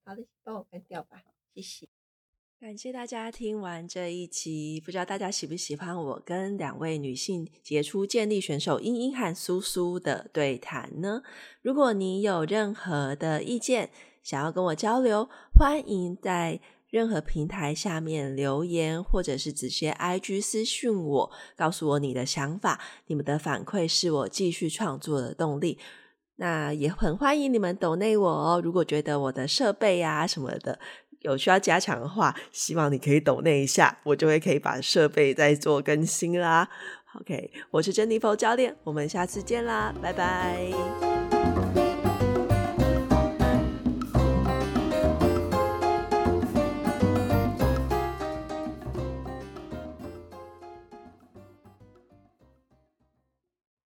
Speaker 2: 好的，帮我干掉吧，谢谢。
Speaker 1: 感谢大家听完这一期，不知道大家喜不喜欢我跟两位女性杰出健力选手英英和苏苏的对谈呢？如果你有任何的意见想要跟我交流，欢迎在任何平台下面留言，或者是直接 IG 私讯我，告诉我你的想法。你们的反馈是我继续创作的动力。那也很欢迎你们抖内我哦。如果觉得我的设备啊什么的有需要加强的话，希望你可以抖那一下，我就会可以把设备再做更新啦。OK，我是珍妮佛教练，我们下次见啦，拜拜。